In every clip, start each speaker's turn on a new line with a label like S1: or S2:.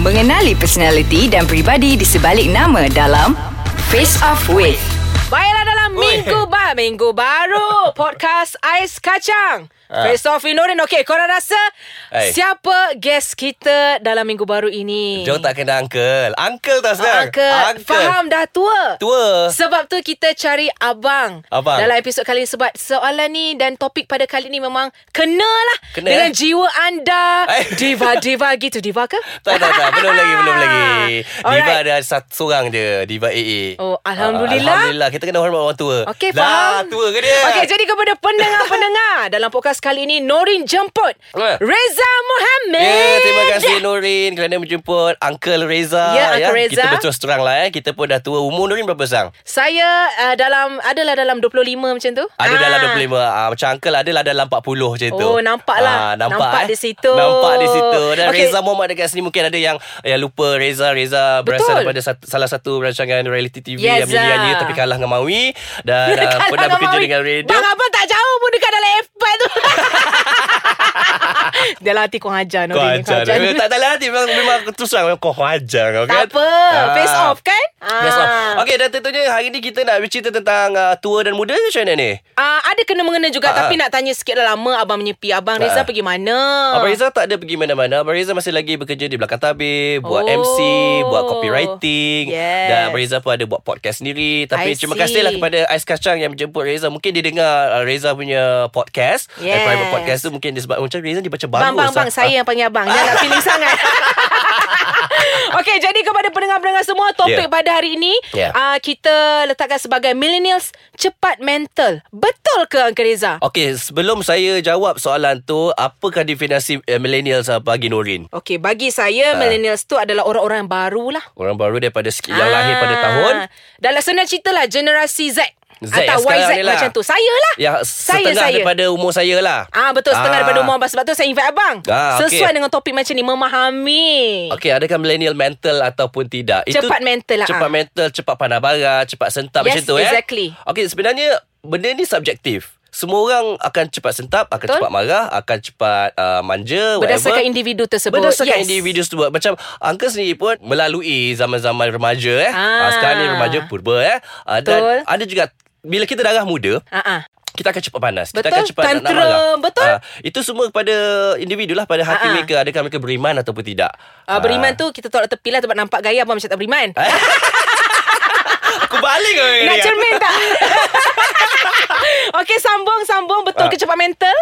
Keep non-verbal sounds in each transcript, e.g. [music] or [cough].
S1: Mengenali personaliti dan pribadi di sebalik nama dalam Face Off With.
S2: Baiklah dalam
S3: Oi.
S2: minggu ba minggu baru
S3: [laughs]
S2: podcast Ais Kacang.
S3: Ah.
S2: Face off Inorin Okay korang rasa
S3: Hai.
S2: Siapa guest kita Dalam minggu baru ini
S3: Jom tak kena uncle Uncle tak senang
S2: Uncle, Uncle Faham dah tua
S3: Tua
S2: Sebab tu kita cari abang,
S3: Abang.
S2: Dalam episod kali ni Sebab soalan ni Dan topik pada kali ni Memang kena lah
S3: Kena,
S2: Dengan
S3: eh?
S2: jiwa anda
S3: Eh.
S2: Diva-diva gitu Diva ke?
S3: tak, tak, tak. Belum lagi, belum
S2: [laughs]
S3: lagi. Diva
S2: Alright.
S3: ada satu seorang je. Diva AA.
S2: Oh, Alhamdulillah.
S3: Alhamdulillah. Kita kena hormat orang tua.
S2: Okey,
S3: lah,
S2: faham.
S3: tua ke dia?
S2: Okey, jadi kepada pendengar-pendengar [laughs] dalam podcast kali ini Norin jemput
S3: Eh.
S2: Reza Muhammad.
S3: Ya, yeah, terima kasih Norin kerana menjemput Uncle Reza.
S2: Ya, Uncle Reza.
S3: Kita betul terang lah eh. Kita pun dah tua. Umur Norin berapa sang?
S2: Saya uh, dalam adalah dalam 25 macam tu.
S3: Ada dalam
S2: Ah. [laughs]
S3: 25. Ah, macam Uncle adalah dalam 40 macam tu.
S2: Oh, nampak lah.
S3: Ah, nampak
S2: Nampak
S3: eh.
S2: di situ.
S3: Nampak di situ. Dan
S2: Okey.
S3: okay. Reza Muhammad dekat sini mungkin ada yang yang lupa Reza. Reza
S2: Betul.
S3: berasal daripada satu, salah satu rancangan reality TV
S2: Yes,
S3: yang menyanyi
S2: ah.
S3: tapi kalah dengan Mawi.
S2: [laughs]
S3: Dan uh,
S2: Kalau
S3: pernah
S2: abang
S3: bekerja
S2: Mawi-
S3: dengan radio.
S2: Bang Abang tak jauh pun dekat dalam F4 tu. [laughs] Dalam hati kau ajar
S3: Kau
S2: Norin.
S3: ajar dia. Tak tak lah hati Memang, memang aku terus terang memang Kau ajar kau
S2: Tak
S3: kan
S2: apa. Face off, kan?
S3: Face
S2: Ah.
S3: off Okay dan tentunya Hari ni kita nak bercerita tentang uh, Tua dan muda ke macam mana ni
S2: Uh, ada kena-mengena juga
S3: Ah,
S2: Tapi
S3: ah.
S2: nak tanya sikit lah Lama abang menyepi Abang Reza
S3: Ah.
S2: pergi mana
S3: Abang Reza tak ada pergi mana-mana Abang Reza masih lagi bekerja di belakang tabir Buat
S2: Oh.
S3: MC Buat copywriting
S2: Yes.
S3: Dan Abang Reza pun ada buat podcast sendiri
S2: I
S3: Tapi terima
S2: see.
S3: kasih lah kepada Ais Kacang Yang menjemput Reza Mungkin dia dengar uh, Reza punya podcast
S2: Yes.
S3: eh, Private podcast tu Mungkin dia sebab Macam Reza dia baca bagus
S2: Bang, bang,
S3: lah.
S2: bang. Saya yang panggil abang. Jangan nak feeling
S3: [laughs]
S2: sangat. Okey, jadi kepada pendengar-pendengar semua, topik yeah.
S3: Yeah.
S2: pada hari ini yeah.
S3: Yeah.
S2: uh, kita letakkan sebagai millennials cepat mental. Betul ke Uncle Reza?
S3: Ah. Okey, sebelum saya jawab soalan tu, apakah definisi uh, millennials uh, bagi Norin?
S2: Okey, bagi
S3: Ah.
S2: saya uh. millennials tu adalah orang-orang yang baru lah.
S3: Orang baru daripada sek-
S2: Ah.
S3: yang lahir pada tahun
S2: Dalam senang cerita lah generasi Z.
S3: Z
S2: atau
S3: sekarang
S2: YZ
S3: ni lah.
S2: macam tu. Saya lah.
S3: yang
S2: saya,
S3: setengah
S2: saya.
S3: daripada umur saya lah.
S2: Ah betul setengah
S3: Ah.
S2: daripada umur abang sebab tu saya invite abang.
S3: Ah, okey.
S2: Sesuai dengan topik macam ni memahami.
S3: Okey, adakah millennial mental ataupun tidak?
S2: Cepat mental lah,
S3: Cepat
S2: ah.
S3: mental, cepat pandang barang, cepat sentap
S2: Yes,
S3: macam tu
S2: exactly.
S3: eh. Okey, sebenarnya benda ni subjektif. Semua orang akan cepat sentap, akan
S2: Betul.
S3: cepat marah, akan cepat uh, manja,
S2: Berdasarkan
S3: whatever.
S2: individu tersebut.
S3: Berdasarkan
S2: Yes.
S3: individu tersebut Macam Angka sendiri pun Melalui zaman-zaman remaja eh
S2: Ah.
S3: ah. Sekarang ni remaja purba eh ah,
S2: Betul.
S3: Dan ada juga Bila kita darah muda
S2: Ah ah.
S3: kita akan cepat panas Kita
S2: Betul.
S3: akan cepat nak-
S2: Tantrum,
S3: nak marah.
S2: betul.
S3: Ah, Itu semua kepada individu lah Pada
S2: Ah, ah.
S3: hati mereka Adakah mereka beriman ataupun tidak
S2: Uh, beriman
S3: Ah. Eh,
S2: tu kita tolak tepi lah sebab nampak gaya abang macam tak beriman.
S3: Aku balik kau
S2: Nak
S3: ni.
S2: cermin
S3: [laughs]
S2: tak? Okey sambung sambung betul
S3: Ah.
S2: ke cepat mental?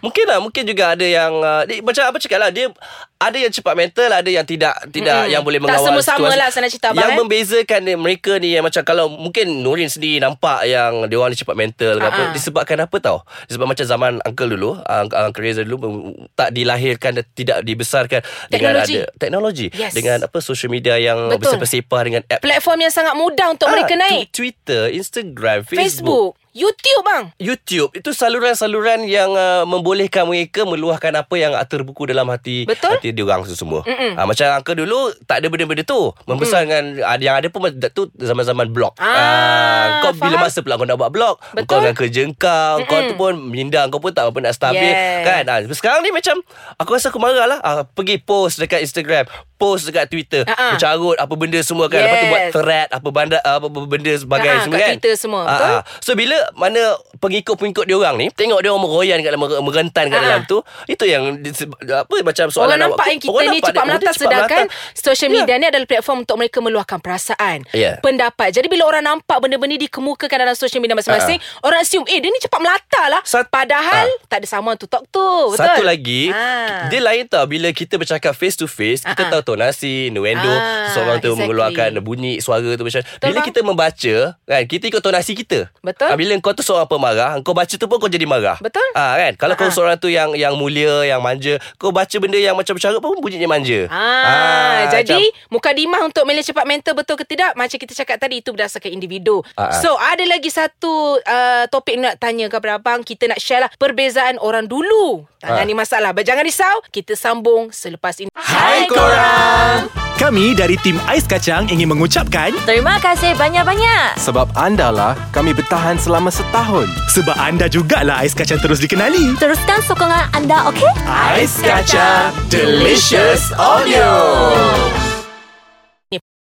S3: Mungkin lah Mungkin juga ada yang uh, dia, Macam apa cakap lah Dia ada yang cepat mental Ada yang tidak Tidak
S2: Mm-mm.
S3: yang boleh
S2: Tak
S3: mengawal
S2: sama-sama
S3: situasi.
S2: lah sana cerita abang,
S3: Yang
S2: eh.
S3: membezakan ni, mereka ni Yang macam Kalau mungkin Nurin sendiri nampak Yang dia orang ni cepat mental uh-huh. apa,
S2: Ah-ah.
S3: Disebabkan apa tau Disebab macam zaman Uncle dulu uh, Uncle Reza dulu mm, Tak dilahirkan dan Tidak dibesarkan Dengan
S2: Teknologi.
S3: ada Teknologi
S2: Yes.
S3: Dengan apa Social media yang
S2: Betul.
S3: Bersepah-sepah dengan app
S2: Platform yang sangat mudah untuk mereka
S3: Ah,
S2: naik.
S3: tu- Twitter Instagram Facebook
S2: Facebook, YouTube bang.
S3: YouTube itu saluran-saluran yang uh, membolehkan mereka meluahkan apa yang terbuku dalam hati
S2: Betul.
S3: hati diorang tu semua. Uh, macam angka dulu tak ada benda-benda tu. Membesar dengan ada yang ada pun da- tu zaman-zaman blog.
S2: Ah,
S3: kau bila
S2: faham.
S3: masa pula kau nak buat blog?
S2: Betul.
S3: Kau dengan kerja kau, kau tu pun minda kau pun tak apa nak stabil
S2: Yes.
S3: kan. Ah, sekarang ni macam aku rasa aku marah lah. Ah, pergi post dekat Instagram, post dekat Twitter,
S2: Ah, ah.
S3: bercarut apa benda semua kan. Lepas tu
S2: Yes.
S3: buat thread apa benda apa benda sebagai
S2: Ah,
S3: semua
S2: kat
S3: kan.
S2: Twitter semua,
S3: Ah,
S2: betul?
S3: ah. So bila mana pengikut-pengikut dia orang ni tengok dia orang meroyan kat dalam merentan kat
S2: Ha-ha.
S3: dalam tu itu yang dise- apa macam soalan
S2: Ah, orang nampak
S3: awak.
S2: yang kita
S3: Orang
S2: ni
S3: nampak
S2: cepat
S3: dia- orang tu
S2: melata sedangkan
S3: melata.
S2: social
S3: Ya.
S2: media ni adalah platform untuk mereka meluahkan perasaan,
S3: Ya.
S2: pendapat. Jadi bila orang nampak benda-benda ni dikemukakan dalam social media masing-masing, orang assume eh dia ni cepat melata lah.
S3: Ah. Sat-
S2: Padahal
S3: Ah.
S2: tak ada sama tu talk tu. Betul.
S3: Satu lagi
S2: Ah.
S3: Dia lain tau Bila kita bercakap face to face Kita
S2: Ah-ah.
S3: tahu tonasi Nuendo
S2: Ah,
S3: Seorang tu
S2: exactly.
S3: mengeluarkan bunyi Suara tu macam Bila
S2: bang.
S3: kita membaca kan, Kita ikut tonasi kita
S2: Betul.
S3: Ah, Bila kau tu seorang pemarah Kau baca tu pun kau jadi marah
S2: Betul.
S3: Ah kan Kalau kau
S2: Ah-ah.
S3: seorang tu yang yang mulia Yang manja Kau baca benda yang macam bercara pun Bunyinya manja
S2: Ah, jadi
S3: macam-
S2: mukadimah untuk milih cepat mental betul ke tidak macam kita cakap tadi itu berdasarkan individu.
S3: Ah, ah.
S2: So ada lagi satu uh, topik nak tanya kepada abang kita nak share lah perbezaan orang dulu.
S3: Ah.
S2: Tangani masalah. But jangan risau, kita sambung selepas ini.
S3: Hai korang
S4: Kami dari tim Ais Kacang ingin mengucapkan
S5: Terima kasih banyak-banyak.
S6: Sebab anda lah kami bertahan selama setahun.
S4: sebab anda jugalah Ais Kacang terus dikenali.
S5: Teruskan sokongan anda, okey?
S4: Ais Kacang Delicious Audio.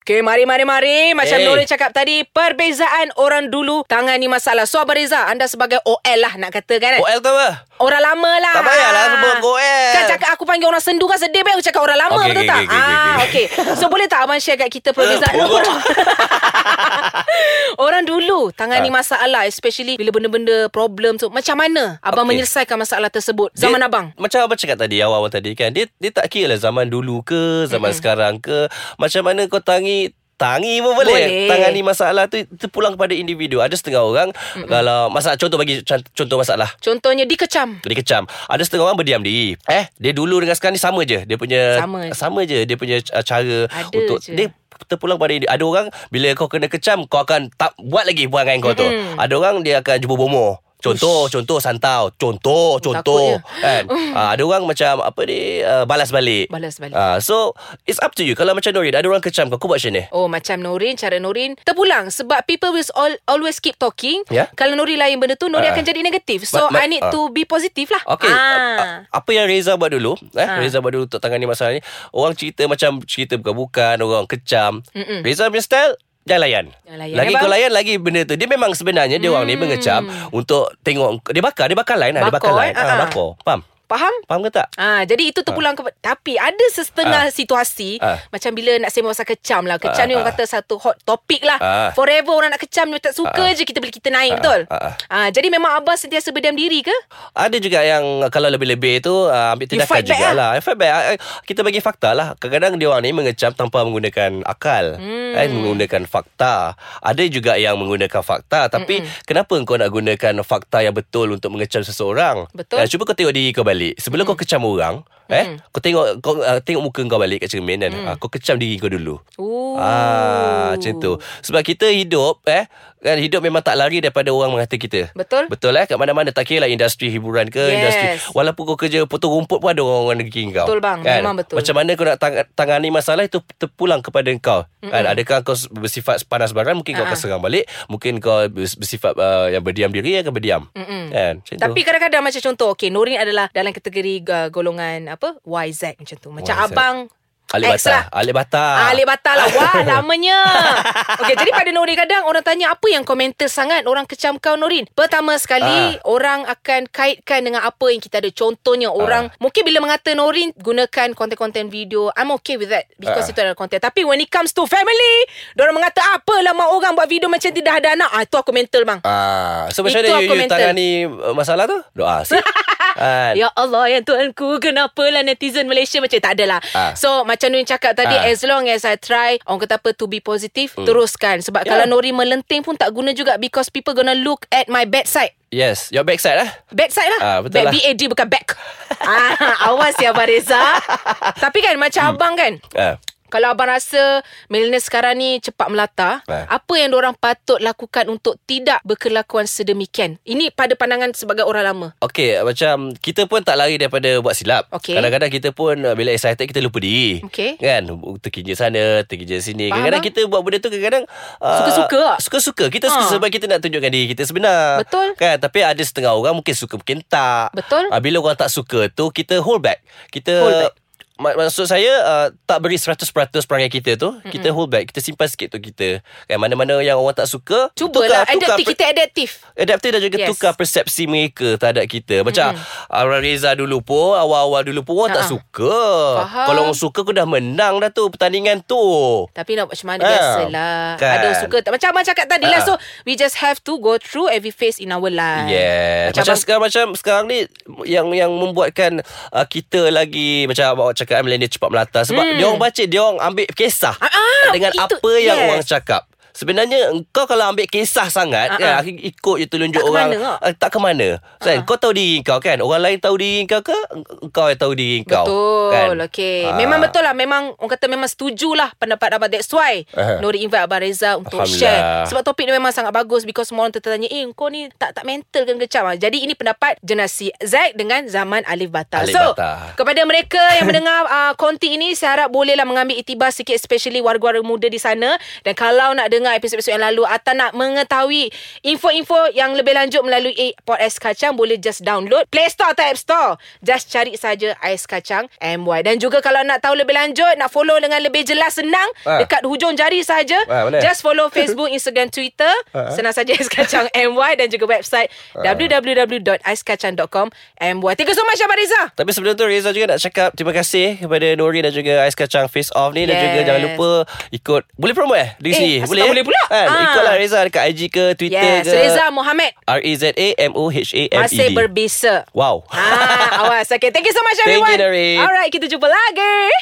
S2: Okey, mari, mari, mari. Macam
S3: Eh.
S2: hey. Nurul cakap tadi, perbezaan orang dulu tangani masalah. So, Abang Reza, anda sebagai OL lah nak kata kan? eh?
S3: OL tu apa?
S2: Orang lama lah
S3: Tak payahlah eh. sebut OL.
S2: Kan cakap aku panggil orang sendu kan sedih Baik aku cakap orang lama
S3: Okey,
S2: okay, betul
S3: okey,
S2: okay, tak
S3: okey, okey,
S2: ah, okay. So boleh tak Abang share kat kita
S3: [laughs]
S2: Perbezaan
S3: Eh, bodoh.
S2: orang [laughs] Orang dulu
S3: Ah.
S2: Tangani masalah Especially bila benda-benda Problem tu Macam mana Abang
S3: Okey.
S2: okay. menyelesaikan masalah tersebut Zaman
S3: dia,
S2: abang
S3: Macam abang cakap tadi Awal-awal tadi kan Dia dia tak kira lah Zaman dulu ke Zaman mm-hmm. sekarang ke Macam mana kau tangi Tangi pun
S2: Boleh.
S3: boleh. Tangani masalah tu Terpulang kepada individu Ada setengah orang mm-hmm. Kalau masalah Contoh bagi cont- contoh masalah
S2: Contohnya dikecam
S3: dia kecam Ada setengah orang berdiam diri Eh Dia dulu dengan sekarang ni sama je Dia punya
S2: Sama.
S3: Sama je Dia punya uh, cara
S2: Ada
S3: Untuk
S2: je.
S3: Dia terpulang pada ini. Ada orang Bila kau kena kecam Kau akan tak Buat lagi perangai kau tu Ada orang dia akan jumpa bomoh Contoh, Ush. contoh santau. Contoh, contoh.
S2: [laughs]
S3: Kan? uh, ada orang macam apa ni uh, balas balik.
S2: Balas balik.
S3: Uh, so it's up to you. Kalau macam Norin ada orang kecam kau, kau buat macam ni.
S2: Oh macam Norin Cara Norin Terpulang Sebab people will all, always keep talking
S3: Ya.
S2: Kalau Norin lain benda tu Norin
S3: Ah.
S2: akan jadi negatif So I
S3: Ma- ma-
S2: need
S3: ah.
S2: to be positive lah
S3: Okay
S2: ah.
S3: ah. Apa yang Reza buat dulu eh?
S2: Ah.
S3: Reza buat dulu Untuk tangani masalah ni Orang cerita macam Cerita bukan-bukan Orang kecam Mm-mm. Reza punya style Jangan layan.
S2: Jangan layan,
S3: Lagi
S2: eh,
S3: kau
S2: bang?
S3: layan Lagi benda tu Dia memang sebenarnya Dia orang ni mengecam Untuk tengok Dia bakar Dia bakar lain lah. Dia bakar
S2: Bakar,
S3: lain
S2: eh,
S3: ha,
S2: ah.
S3: Bakar Faham?
S2: Faham?
S3: Faham ke tak?
S2: Ah, jadi itu terpulang ke tapi ada sesetengah
S3: Ah.
S2: situasi
S3: Ah.
S2: macam bila nak sembang pasal kecam lah. Kecam
S3: Ah,
S2: ni orang
S3: ah.
S2: kata satu hot topic lah.
S3: Ah.
S2: Forever orang nak kecam ni tak suka je kita bila kita naik betul.
S3: ah, ah.
S2: Ah, jadi memang abang sentiasa berdiam diri ke?
S3: Ada juga yang uh, kalau lebih-lebih tu uh, ambil
S2: You
S3: tindakan
S2: fight back eh?
S3: juga lah. lah. Fight back. Ah, ah, Kita bagi fakta lah. Kadang-kadang dia orang ni mengecam tanpa menggunakan akal. Hmm. Kan? Menggunakan fakta. Ada juga yang menggunakan fakta. Tapi Mm-mm. kenapa kau nak gunakan fakta yang betul untuk mengecam seseorang? Eh,
S2: Betul.
S3: cuba kau tengok diri kau balik. Sebelum mm. kau kecam orang, eh, kau tengok kau uh, tengok muka kau balik kat cermin kan. Mm. Uh, kau kecam diri kau dulu.
S2: Ooh.
S3: Ah, macam tu. Sebab kita hidup eh kan hidup memang tak lari daripada orang mengata kita.
S2: Betul.
S3: Betul eh kat mana-mana tak kira lah industri hiburan ke
S2: Yes.
S3: industri walaupun kau kerja potong rumput pun ada orang-orang negeri kau. Kan?
S2: Betul, bang. Memang betul.
S3: Macam mana kau nak tang- tangani masalah itu terpulang kepada kau. Mm-mm. Kan adakah kau bersifat panas baran mungkin kau akan serang balik, mungkin kau bers- bersifat uh, yang berdiam diri akan berdiam. Mm-mm. Kan macam
S2: Tapi
S3: tu.
S2: kadang-kadang macam contoh Okay Norin adalah Dalam kategori uh, golongan Apa YZ macam tu Macam
S3: YZ.
S2: abang
S3: Alik
S2: X
S3: Bata.
S2: lah.
S3: Alik Bata.
S2: Ah, Alik batal lah Wah lamanya Okay jadi pada Norin kadang Orang tanya apa yang komentar sangat Orang kecam kau Norin Pertama sekali Orang akan kaitkan dengan apa yang kita ada Contohnya orang Mungkin bila mengata Norin Gunakan konten-konten video I'm okay with that Because
S3: Ah.
S2: itu adalah konten Tapi when it comes to family Diorang mengata Apalah mak orang buat video macam tidak ada anak ah, Itu aku mental bang
S3: Ah, so
S2: Itu
S3: macam mana you,
S2: aku
S3: you
S2: mental.
S3: tangani uh, masalah tu?
S2: [laughs]
S3: Doa sih. kan?
S2: Ya Allah yang Tuhanku Kenapalah netizen Malaysia Macam tak adalah ah.
S3: Ah.
S2: So macam Nurin cakap tadi
S3: Ah.
S2: ah.
S3: Hmm.
S2: As long as I try Orang kata apa To be positive mm. Teruskan Sebab
S3: Yeah.
S2: yeah. kalau Nori melenting pun Tak guna juga Because people gonna look At my bad side
S3: Yes, your backside lah.
S2: Bad side lah
S3: Ah, betul
S2: Bad,
S3: lah.
S2: B-A-D bukan back [laughs] ah, Awas ya Abang Reza Tapi kan macam abang kan
S3: Ah.
S2: Kalau abang rasa millennial sekarang ni cepat melata,
S3: Ah.
S2: apa yang orang patut lakukan untuk tidak berkelakuan sedemikian? Ini pada pandangan sebagai orang lama.
S3: Okay, macam kita pun tak lari daripada buat silap.
S2: Okey.
S3: Kadang-kadang kita pun uh, bila excited kita lupa diri.
S2: Okey.
S3: Kan, terkinja sana, terkinja sini.
S2: Faham,
S3: Kadang-kadang
S2: bang?
S3: kita buat benda tu kadang-kadang uh,
S2: Suka-suka tak?
S3: Suka-suka. Kita suka
S2: Ha.
S3: sebab kita nak tunjukkan diri kita sebenar.
S2: Betul.
S3: Kan, tapi ada setengah orang mungkin suka mungkin tak.
S2: Betul.
S3: Uh, bila orang tak suka tu kita hold back. Kita
S2: Hold back.
S3: Ma- Maksud saya uh, Tak beri 100% perangai kita tu mm-hmm. Kita hold back Kita simpan sikit tu kita kan, Mana-mana yang orang tak suka
S2: Cubalah
S3: tukar
S2: adaptif
S3: per-
S2: kita adaptif.
S3: Adaptif dan juga yes.
S2: Yes. Mm-hmm.
S3: tukar persepsi mereka terhadap kita. Macam mm. Arang Reza dulu pun, awal-awal dulu pun orang tak
S2: Ha-ha.
S3: suka.
S2: Faham.
S3: Kalau orang suka kau dah menang dah tu pertandingan tu.
S2: Tapi nak buat macam mana
S3: Ah,
S2: Biasalah
S3: kan.
S2: kan. Ada suka tak Macam abang cakap tadi lah
S3: Ah.
S2: So we just have to go through Every phase in our life
S3: Yeah. Macam,
S2: Macam,
S3: macam
S2: macam
S3: sekarang macam sekarang ni yang yang membuatkan uh, kita lagi macam awak cakap kan, millennial cepat melata sebab hmm. dia orang baca dia orang ambil kisah ah,
S2: ah,
S3: dengan
S2: itu-
S3: apa yang
S2: yes.
S3: orang cakap. Sebenarnya engkau kalau ambil kisah sangat
S2: Ah,
S3: uh-uh.
S2: ah.
S3: kan ikut je tunjuk
S2: Tak ke
S3: orang
S2: mana, Ah. kak?
S3: uh, tak ke mana. So, uh-huh. kau tahu diri kau kan. Orang lain tahu diri kau ke engkau yang tahu diri kau.
S2: Betul
S3: kan?
S2: kan? Okay Memang
S3: Ah.
S2: betul lah Memang Orang kata memang setuju lah Pendapat abang That's why
S3: Ah.
S2: Nori invite abang Reza Untuk
S3: Alhamdulillah.
S2: share Sebab topik dia memang sangat bagus Because semua orang tertanya Eh kau ni tak tak mental kan kecam Ah, Jadi ini pendapat Generasi Z Dengan zaman Alif Bata
S3: Alif
S2: So
S3: Bata.
S2: Kepada mereka yang
S3: [laughs]
S2: mendengar uh, konti ini Saya harap bolehlah mengambil itibar sikit Especially warga-warga muda di sana Dan kalau nak dengar mendengar episod-episod yang lalu atau nak mengetahui info-info yang lebih lanjut melalui eh, podcast kacang boleh just download Play Store atau App Store. Just cari saja Ais Kacang MY dan juga kalau nak tahu lebih lanjut, nak follow dengan lebih jelas senang
S3: Ah.
S2: dekat hujung jari saja.
S3: Ah, boleh. Ah,
S2: just
S3: [laughs]
S2: follow Facebook, Instagram, Twitter. Senang saja Ais Kacang MY dan juga website www.aiskacang.com MY. Thank you so much Abang Reza.
S3: Tapi sebelum tu Reza juga nak cakap Terima kasih kepada Nori Dan juga Ais Kacang Face Off ni Dan
S2: Yes.
S3: juga jangan lupa Ikut Boleh promote eh Di
S2: Eh,
S3: sini
S2: asal tak boleh pula?
S3: kan?
S2: Ah.
S3: Ikutlah Reza dekat IG ke Twitter
S2: Yes,
S3: ke E
S2: Reza Mohamed
S3: R-E-Z-A-M-O-H-A-M-E-D
S2: masih berbisa.
S3: E Wow
S2: Ah, awas. Okay, thank you so much
S3: Thank you,
S2: everyone.
S3: Nari.
S2: Alright, kita jumpa lagi.